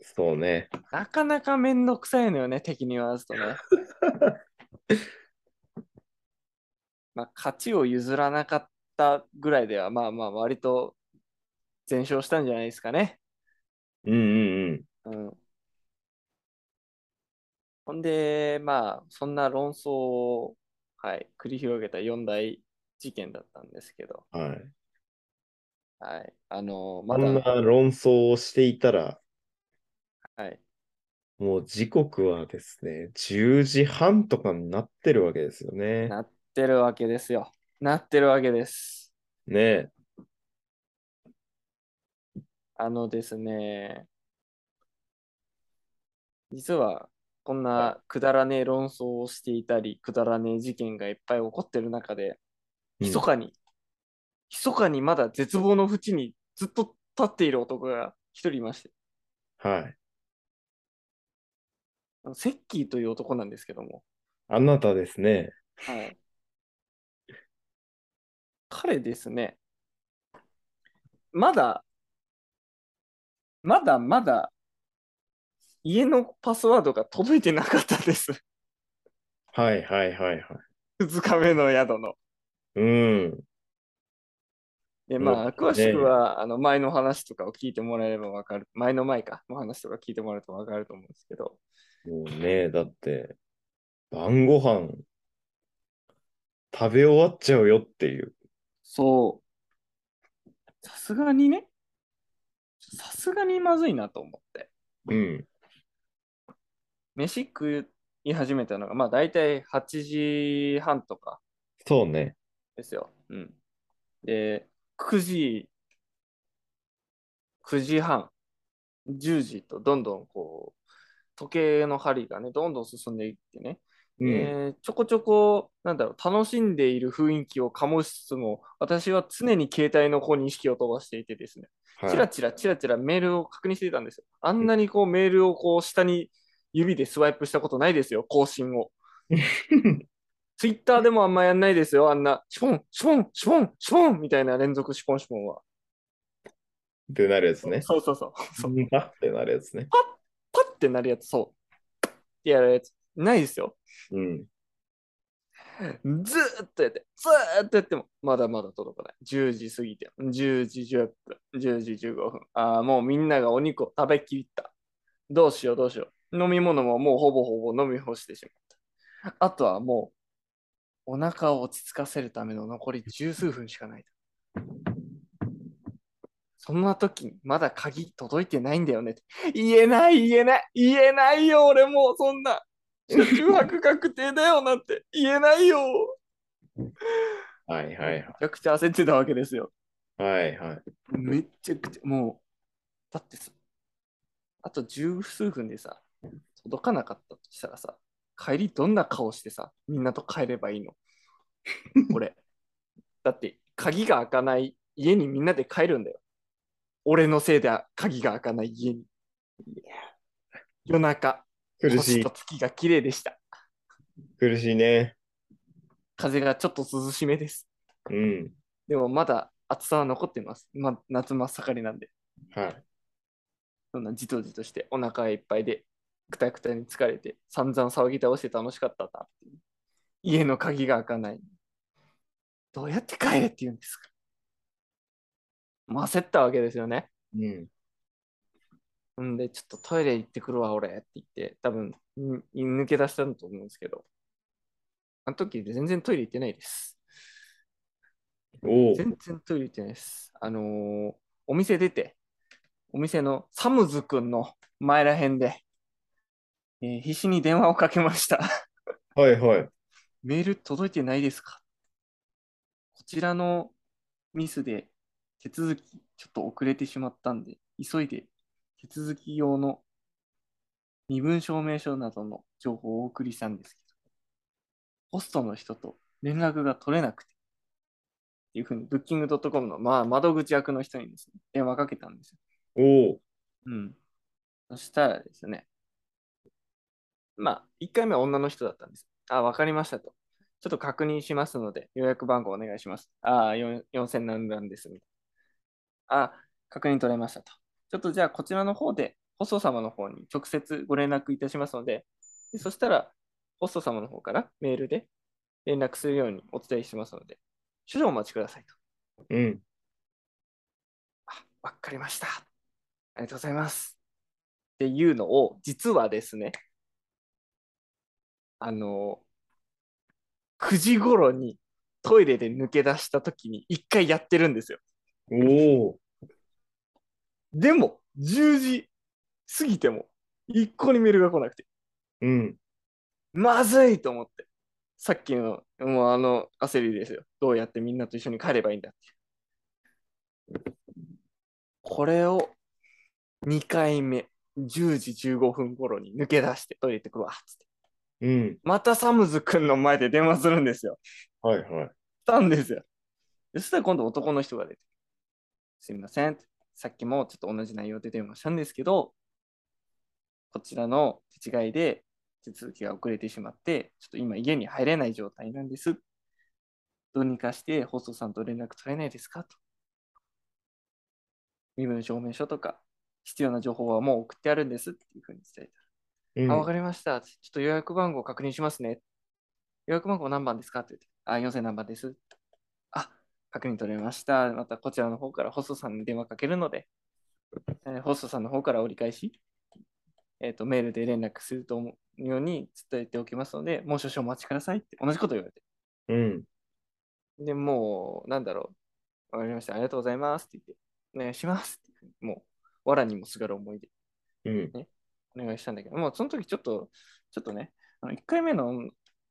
そうね。なかなかめんどくさいのよね、敵に言わすとね。 [LAUGHS] まあ、勝ちを譲らなかったぐらいでは、まあまあ、割と全勝したんじゃないですかね。うんうんうん。うん。ほんで、まあ、そんな論争を、はい、繰り広げた4大事件だったんですけど、はい。はい、あのまこんなだ、論争をしていたら、はい、もう時刻はですね、10時半とかになってるわけですよね。なってるわけですよ。なってるわけです。ねえ。あのですね、実は、こんなくだらねえ論争をしていたり、くだらねえ事件がいっぱい起こってる中で、うん密かに、密かにまだ絶望の淵にずっと立っている男が一人いまして、はい。あのセッキーという男なんですけども、あなたですね。はい、彼ですね、まだ、まだまだ、家のパスワードが届いてなかったです。 [LAUGHS] はいはいはいはい。 2日目の宿の。うん。で、まうんあ、詳しくは、あの、前の話とかを聞いてもらえればわかる。前の前か、の話とか聞いてもらえるとわかると思うんですけど、もうね、だって、晩ご飯食べ終わっちゃうよっていう。そう。さすがにね、さすがにまずいなと思って。うん。飯食い始めたのが、まあ大体8時半とかそうね。ですよ。うん。で、9時、9時半、10時とどんどんこう、時計の針がね、どんどん進んでいってね、うん。えーちょこちょこ、なんだろう、楽しんでいる雰囲気を醸しつつも、私は常に携帯の方に意識を飛ばしていてですね、はいチラチラチラチラメールを確認していたんですよ。あんなにこうメールをこう下に指でスワイプしたことないですよ、更新 [LAUGHS] を。ツイッターでもあんまやんないですよ、あんな、シュポン、シュポン、シュポン、シュポンみたいな連続シュポンシュポンは。ってなるやつね。そうそうそう。そううんパってなるやつね。パッてなるやつ、そう。ってやるやつ、ないですよ。うん。ずーっとやって、ずーっとやっても、まだまだ届かない。10時過ぎて、10時10分、10時15分。ああ、もうみんながお肉を食べきった。どうしよう、どうしよう。飲み物ももうほぼほぼ飲み干してしまった。あとはもう、お腹を落ち着かせるための残り十数分しかない。そんな時にまだ鍵届いてないんだよねって。言えない、言えない、言えないよ、俺もうそんな。車中泊確定だよなんて言えないよ。はいはいめちゃくちゃ焦ってたわけですよ。はいはい。めっちゃくちゃ、もう、だってさ、あと十数分でさ、届かなかったとしたらさ、帰りどんな顔してさ、みんなと帰ればいいの俺。だって、鍵が開かない家にみんなで帰るんだよ。俺のせいで鍵が開かない家に。夜中、苦し星いと、月が綺麗でした。苦しいね。風がちょっと涼しめです。うん。でもまだ暑さは残ってます。ま、夏真っ盛りなんで。はい。そんなじとじとしてお腹いっぱいでくたくたに疲れて散々騒ぎ倒して楽しかったなっていう家の鍵が開かないどうやって帰れって言うんですかもう焦ったわけですよねうん。んでちょっとトイレ行ってくるわ俺って言って多分ん抜け出したんだと思うんですけどあの時全然トイレ行ってないですおお。全然トイレ行ってないですあのーお店出てお店のサムズくんの前らへんで、えー必死に電話をかけました。はいはい。メール届いてないですかこちらのミスで手続きちょっと遅れてしまったんで、急いで手続き用の身分証明書などの情報をお送りしたんですけど、ホストの人と連絡が取れなくて、っていうふうにブッキング .com の、まあ、窓口役の人にですね、電話かけたんですよおお。うん。そしたらですね、まあ、1回目は女の人だったんです。あ、わかりましたと。ちょっと確認しますので、予約番号お願いします。ああ、よん4000何番です。みたいなあ、確認取れましたと。ちょっとじゃあ、こちらの方で、ホスト様の方に直接ご連絡いたしますので、でそしたら、ホスト様の方からメールで連絡するようにお伝えしますので、少々お待ちくださいと。うん。あ、わかりました。ありがとうございます。っていうのを、実はですね、あの、9時頃にトイレで抜け出した時に1回やってるんですよ。おお。でも、10時過ぎても、一向にメールが来なくて、うん。まずいと思って、さっきの、もうあの焦りですよ。どうやってみんなと一緒に帰ればいいんだって。これを2回目、10時15分頃に抜け出してトイレ行ってくるわ、つって。うん。またサムズくんの前で電話するんですよ。はいはい。ったんですよ。そしたら今度男の人が出て、すみません、さっきもちょっと同じ内容で電話したんですけど、こちらの手違いで手続きが遅れてしまって、ちょっと今家に入れない状態なんです。どうにかしてホストさんと連絡取れないですかと。身分証明書とか必要な情報はもう送ってあるんですっていうふうに伝えうん。あ、わかりました。ちょっと予約番号確認しますね。予約番号何番ですかって言って、あ、4000何番です。あ、確認取れました。またこちらの方からホストさんに電話かけるので、えーホストさんの方から折り返し、えっ、と、メールで連絡すると思うように伝えておきますので、もう少々お待ちくださいって同じこと言われて。うん。で、もう、なんだろう。わかりました。ありがとうございますって言って、お願いしますっていうふうにもう、わらにもすがる思いで。うん。お願いしたんだけど、もうその時ちょっと、ちょっとね、あの1回目の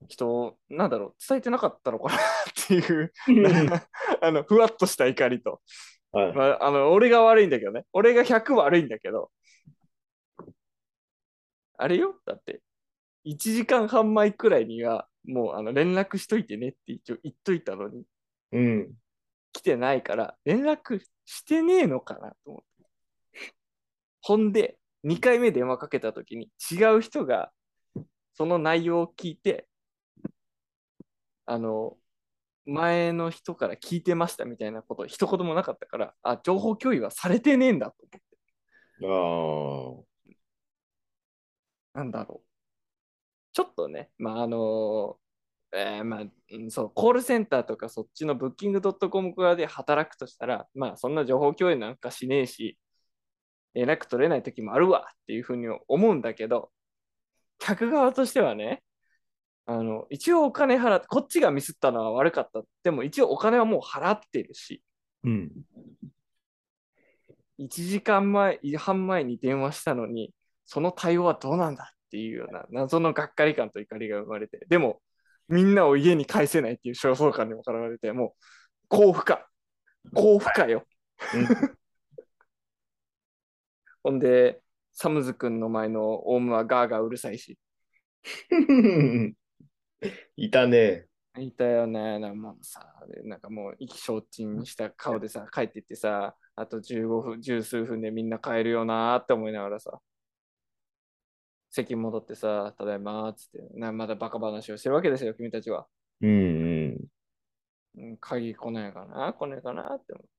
人、なんだろう、伝えてなかったのかなっていう、 [LAUGHS] あのふわっとした怒りと、はい。まああの、俺が悪いんだけどね、俺が100悪いんだけど、あれよ、だって、1時間半前くらいには、もうあの連絡しといてねって一応言っといたのに、うん。来てないから、連絡してねえのかなと思って。ほんで、2回目電話かけたときに、違う人が、その内容を聞いて、あの、前の人から聞いてましたみたいなこと、一言もなかったから、あ、情報共有はされてねえんだと思って。ああ。なんだろう。ちょっとね、まあ、あのえーまあ、うんそう、コールセンターとかそっちのブッキングドットコム側で働くとしたら、まあ、そんな情報共有なんかしねえし、連絡取れない時もあるわっていうふうに思うんだけど、客側としてはね、あの、一応お金払って、こっちがミスったのは悪かった。でも一応お金はもう払ってるし、うん。 1時間前、半前に電話したのに、その対応はどうなんだっていうような謎のがっかり感と怒りが生まれて、でも、みんなを家に返せないっていう焦燥感にもかられて、もう、高負荷。高負荷よ。 [LAUGHS] ほんで、サムズ君の前のオウムはガーガーうるさいし。うん、 [LAUGHS] いたね。いたよね、なんかもうさ、でなんかもう意気消沈した顔でさ、帰っていってさ、あと15分、十数分でみんな帰るよなーって思いながらさ、席戻ってさ、ただいまーっつって、なまだバカ話をしてるわけですよ、君たちは。うんうん。うん、鍵来ないかな、来ないかなって思って。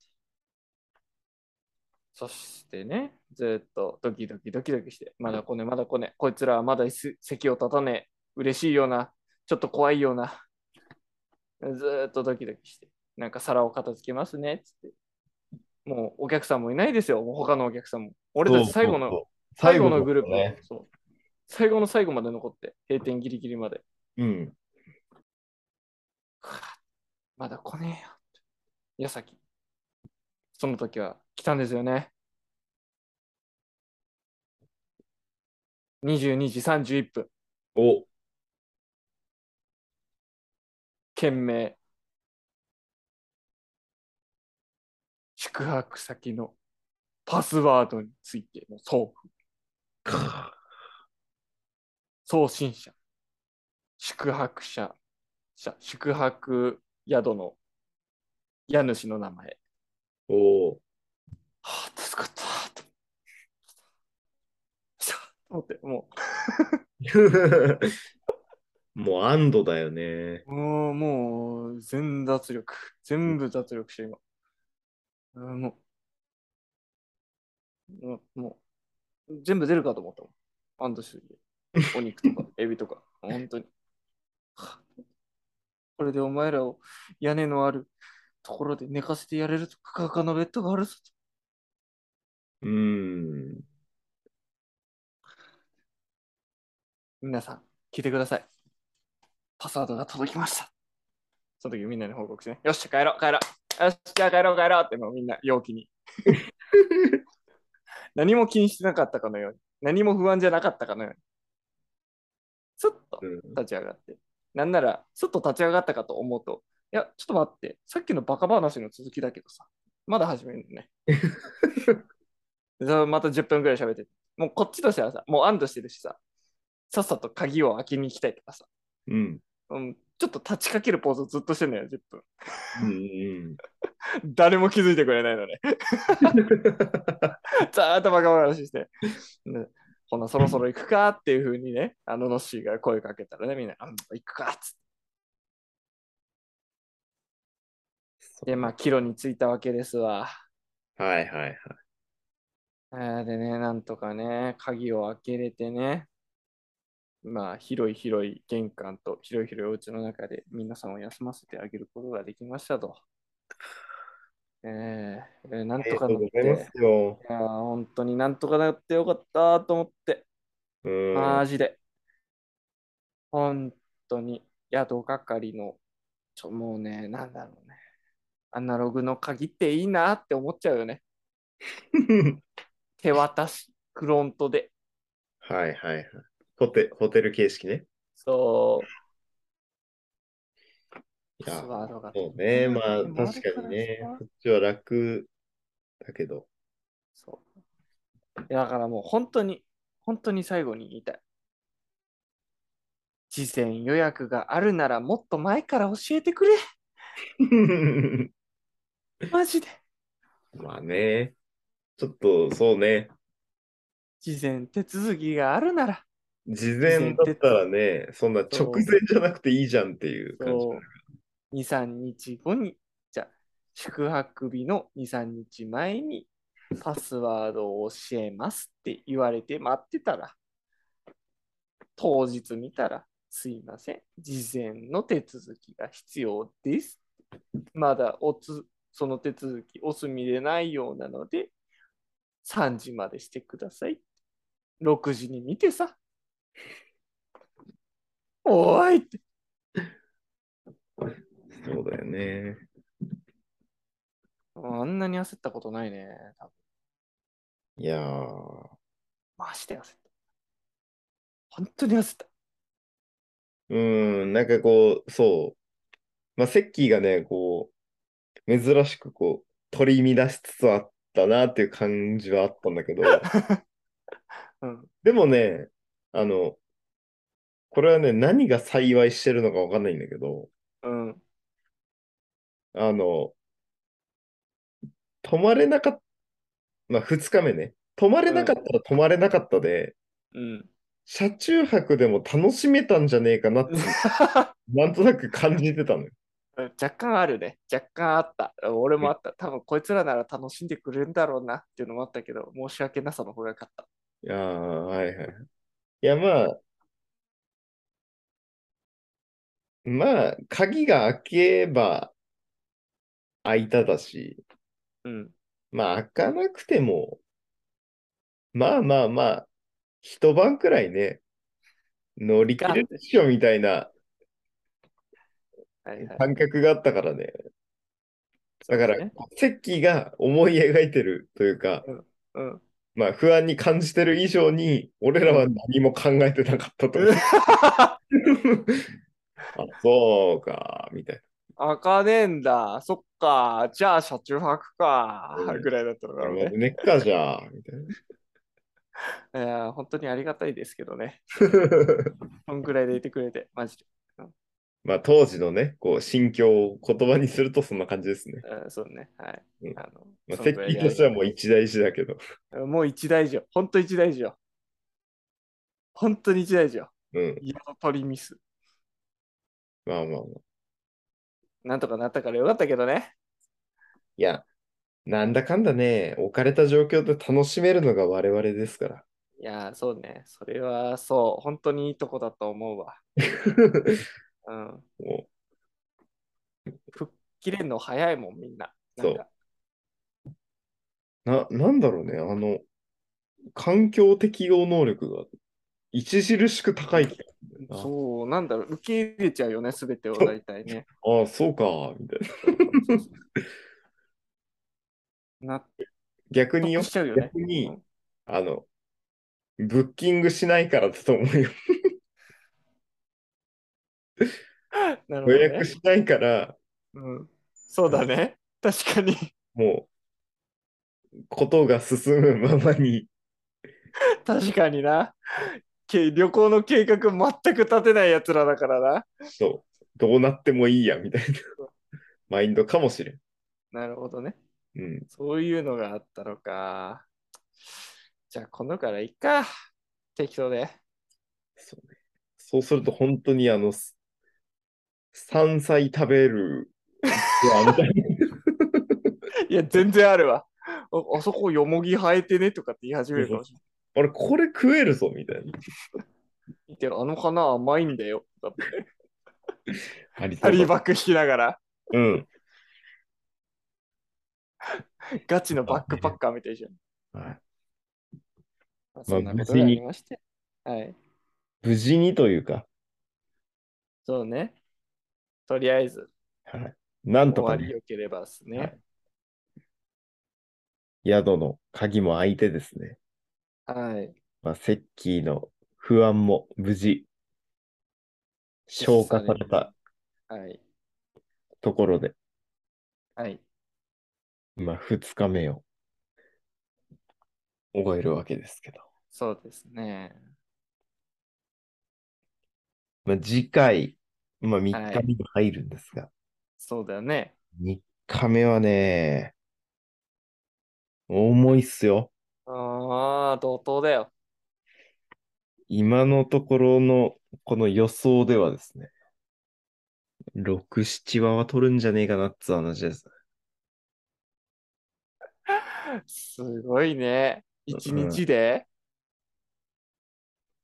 そしてね、ずーっとドキドキドキドキして、まだ来ねえ、まだ来ねえ、こいつらはまだ椅子席を立たねえ、嬉しいような、ちょっと怖いような、ずーっとドキドキして、なんか皿を片付けますね、つって。もうお客さんもいないですよ、もう他のお客さんも。俺たち最後の、そうそうそう最後のグループ、ね。そう最後の最後まで残って、閉店ギリギリまで。うん。まだ来ねえよ。矢先。その時は来たんですよね。22時31分、お、件名。宿泊先のパスワードについての送付、送信者、宿泊者、者宿泊宿の家主の名前、 [LAUGHS] お、はあ、助かったと。来た来たと思って、ももう安堵だよね。う、もう、もう、全脱力。全部脱力して、今。うん、もう、もう、もう全部出るかと思ったもん。アンドシュお肉と [LAUGHS] か、エビとか、本当に。はあこれでお前らを屋根のあるところで寝かせてやれると、かかのベッドがあるぞと。うん。皆さん、聞いてください。パスワードが届きました。その時みんなに報告してね。よっしゃ、帰ろう、帰ろう。よっしゃ、帰ろう、帰ろうってもうみんな陽気に。 [LAUGHS] 何も気にしてなかったかのように。何も不安じゃなかったかのように。すっとうん立ち上がって。なんなら、すっと立ち上がったかと思うと、いや、ちょっと待って、さっきのバカ話の続きだけどさ、まだ始めるのね。でそれまた10分ぐらい喋って、もうこっちとしてはさ、もう安堵してるしさ、さっさと鍵を開けに行きたいとかさ、うん。うん、ちょっと立ちかけるポーズをずっとしてんのよ、10分。 [LAUGHS] [LAUGHS] うん。誰も気づいてくれないのね。 [LAUGHS] ずーっとバカ話して。でほな、そろそろ行くかっていうふうにね、あのノッシーが声かけたらね、みんな、あん行くかっつって。で、まあ、帰路に着いたわけですわ。はいはいはい。えーでね、なんとかね、鍵を開けれてね、まあ、広い広い玄関と広い広いお家の中で皆さんを休ませてあげることができましたと。えーえーなんありとかがとなうっごて、ざいますよ。いやー本当になんとかなってよかったと思って、うん。マジで。本当に、宿係の、ちょ、もうね、なんだろうね。アナログの鍵っていいなって思っちゃうよね。手渡し、フロントで。はいはいはい。ホテホテル形式ね。そう。いやパスワードがそうね。まあでも確かにねあるから。こっちは楽だけど。そう。いやだからもう本当に、本当に最後に言いたい。事前予約があるならもっと前から教えてくれ。マジで。まあね。ちょっとそうね。事前手続きがあるなら。事前だったらね、そんな直前じゃなくていいじゃんっていう感じ。そう。2、3日後に、じゃあ宿泊日の2、3日前にパスワードを教えますって言われて待ってたら、当日見たら、すいません。事前の手続きが必要です。まだおつ、その手続きお済みでないようなので、3時までしてください。6時に見てさ。おーいって。そうだよね。あんなに焦ったことないね。多分いやー、マジで焦った。本当に焦った。うーん、なんかこう、そう。まあ、セッキーがね、こう、珍しくこう、取り乱しつつあったなっていう感じはあったんだけど、うん。でもね、あの、これはね、何が幸いしてるのかわかんないんだけど、うん。あの、泊まれなかった、まあ、2日目ね、泊まれなかったら泊まれなかったで、うん。車中泊でも楽しめたんじゃねえかなって、なんとなく感じてたのよ。若干あるね。若干あった。俺もあった。多分こいつらなら楽しんでくれるんだろうなっていうのもあったけど、申し訳なさの方が勝った。いやー、はいはい。いや、まあ、まあ、鍵が開けば開いただし、うん。まあ、開かなくても、まあまあまあ、一晩くらいね、乗り切れるでしょみたいなはいはい。感覚があったからね。だからそうね、セッキーが思い描いてるというか、うん。まあ、不安に感じてる以上に、俺らは何も考えてなかったと [LAUGHS] いう。あ、そうか、みたい開かねえんだ。そっか。じゃあ車中泊かうん。ぐらいだったのな。かあもまあね。ねっかじゃあ、みたいな。いやー本当にありがたいですけどね。 [LAUGHS] そんぐらいでいてくれて、マジで。まあ、当時のね、こう、心境を言葉にするとそんな感じですね。うん、そうね。はい。うんあまのあ、セッキーとしてはもう一大事だけど。うもう一大事よ。本当一大事よ。本当に一大事よ。うん。色取りミス。まあまあまあ。なんとかなったからよかったけどね。いや、なんだかんだね、置かれた状況で楽しめるのが我々ですから。 [LAUGHS] いやー、そうね。それはそう。本当にいいとこだと思うわ。うん。も切れんの早いもん、みんな。なんかう、な、なんだろうね、あの、環境適応能力が著しく高い気がそうあなんだろう。受け入れちゃうよね、すべてを大体ね。ああ、そうか、みたいな。納逆によ得し、ちゃうよね。逆に、あの、ブッキングしないからだと思うよ。なるほど、予ね。約しないから、うん。そうだね。確かに。もう、ことが進むままに、確かにな。け旅行の計画全く立てないやつらだからな。そう、どうなってもいいや、みたいな、 [LAUGHS] マインドかもしれん。なるほどね。うん。そういうのがあったのか。じゃあ、今度からいっか。適当で。そうね。そうすると、本当に、あの、す山菜食べる、あみたい [LAUGHS] いや、全然あるわ。 [LAUGHS] ああそこよもぎ生えてねとかって言い始めるかもしれない。な俺、これ食えるぞ、みたいな。見てる、あの花甘いんだ [LAUGHS] よ。とかってハリーハリーバック引きながら、うん。ガチのバックパッカーみたいじゃん。はいまあそんなことがありまして。はい。無事にというか、そうね。とりあえず、はい。なん終とわかりね、よければですね。宿の鍵も開いてですね。はい。まあ、セッキーの不安も無事消化されたはい。ところで、はい。まあ、2日目を終えるわけですけど、そうですね。まあ、次回、まあ、3日はい目に入るんですが、そうだよね。 3日目はね、重いっすよ。ああ、同等だよ。今のところのこの予想ではですね、6、7話は取るんじゃねえかなって話です。すごいね。一日で、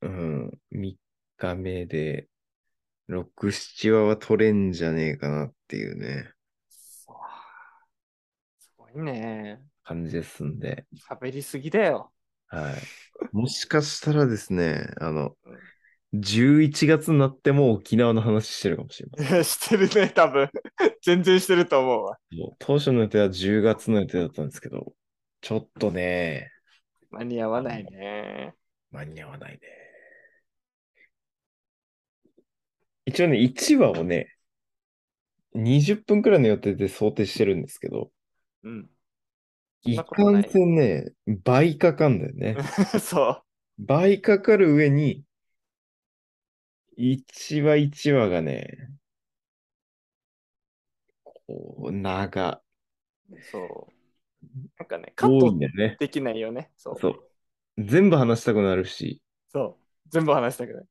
うん、3日目で、 6、7話は取れんじゃねえかなっていうね、そうすごいね。感じですんで。喋りすぎだよ。はい。もしかしたらですね、あの、11月になっても沖縄の話してるかもしれませ [LAUGHS] ん。してるね、多分。 [LAUGHS] 全然してると思うわ。もう当初の予定は10月の予定だったんですけど、ちょっとね、間に合わないね。間に合わないね。一応ね、1話をね、20分くらいの予定で想定してるんですけど、うん。いなこかとないんせんね、倍かかんだよね。 [LAUGHS] そう。倍かかる上に、一話一話がね、こう、長、そう。なんかね、カッ多いトんだよね。できないよね。そう。そう。全部話したくなるし、そう全部話したくない。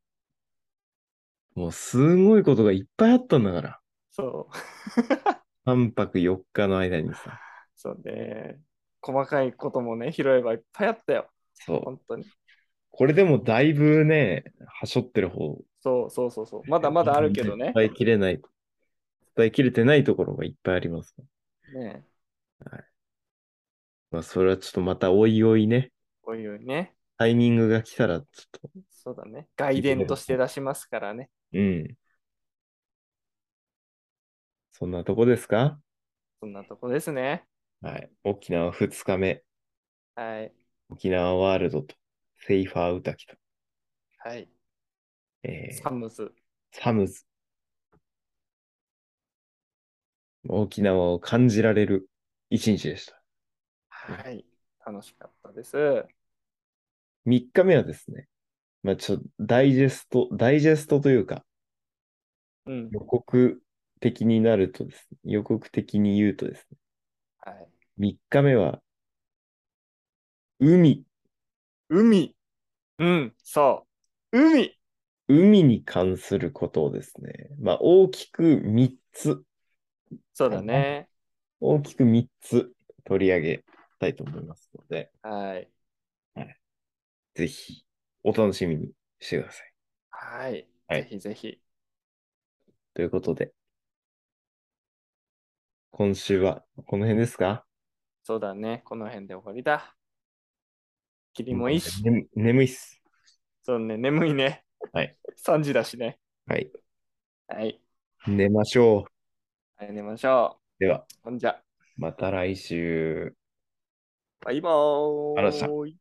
もうすごいことがいっぱいあったんだから。そう。 [LAUGHS] 3泊4日の間にさ。そうね。細かいこともね、拾えばいっぱいあったよ。そう。本当に。これでもだいぶね、はしょってる方。そうそうそうそう。まだまだあるけどね。伝えきれない。伝えきれてないところがいっぱいあります。ねまあ、それはちょっとまたおいおいね、こういうね。タイミングが来たら、ちょっと、そうだね。外伝として出しますからね。うん。そんなとこですかそんなとこですね。はい。沖縄2日目、はい。沖縄ワールドと、セイファーウタキと、はい。えーサムズ。サムズ。沖縄を感じられる一日でした。はい。楽しかったです。 3日目はですね、まあちょっとダイジェスト、ダイジェストというか、うん。予告的になるとですね、予告的に言うとですはい。ね、3日目は、海、海。うん、そう。海。海に関することをですね、まあ大きく3つ、そうだね。大きく3つ取り上げたいと思いますので、はい。ぜひお楽しみにしてください。はい。はいぜひぜひ。ということで、今週はこの辺ですかそうだね。この辺で終わりだ。霧もいいし。ね眠いっす。そうね。眠いね。 [LAUGHS] はい。 3時だしね。はい。はい。寝ましょう。はい、寝ましょでは、う。ほんじゃ。また来週。バイバーイ。あらっしゃい。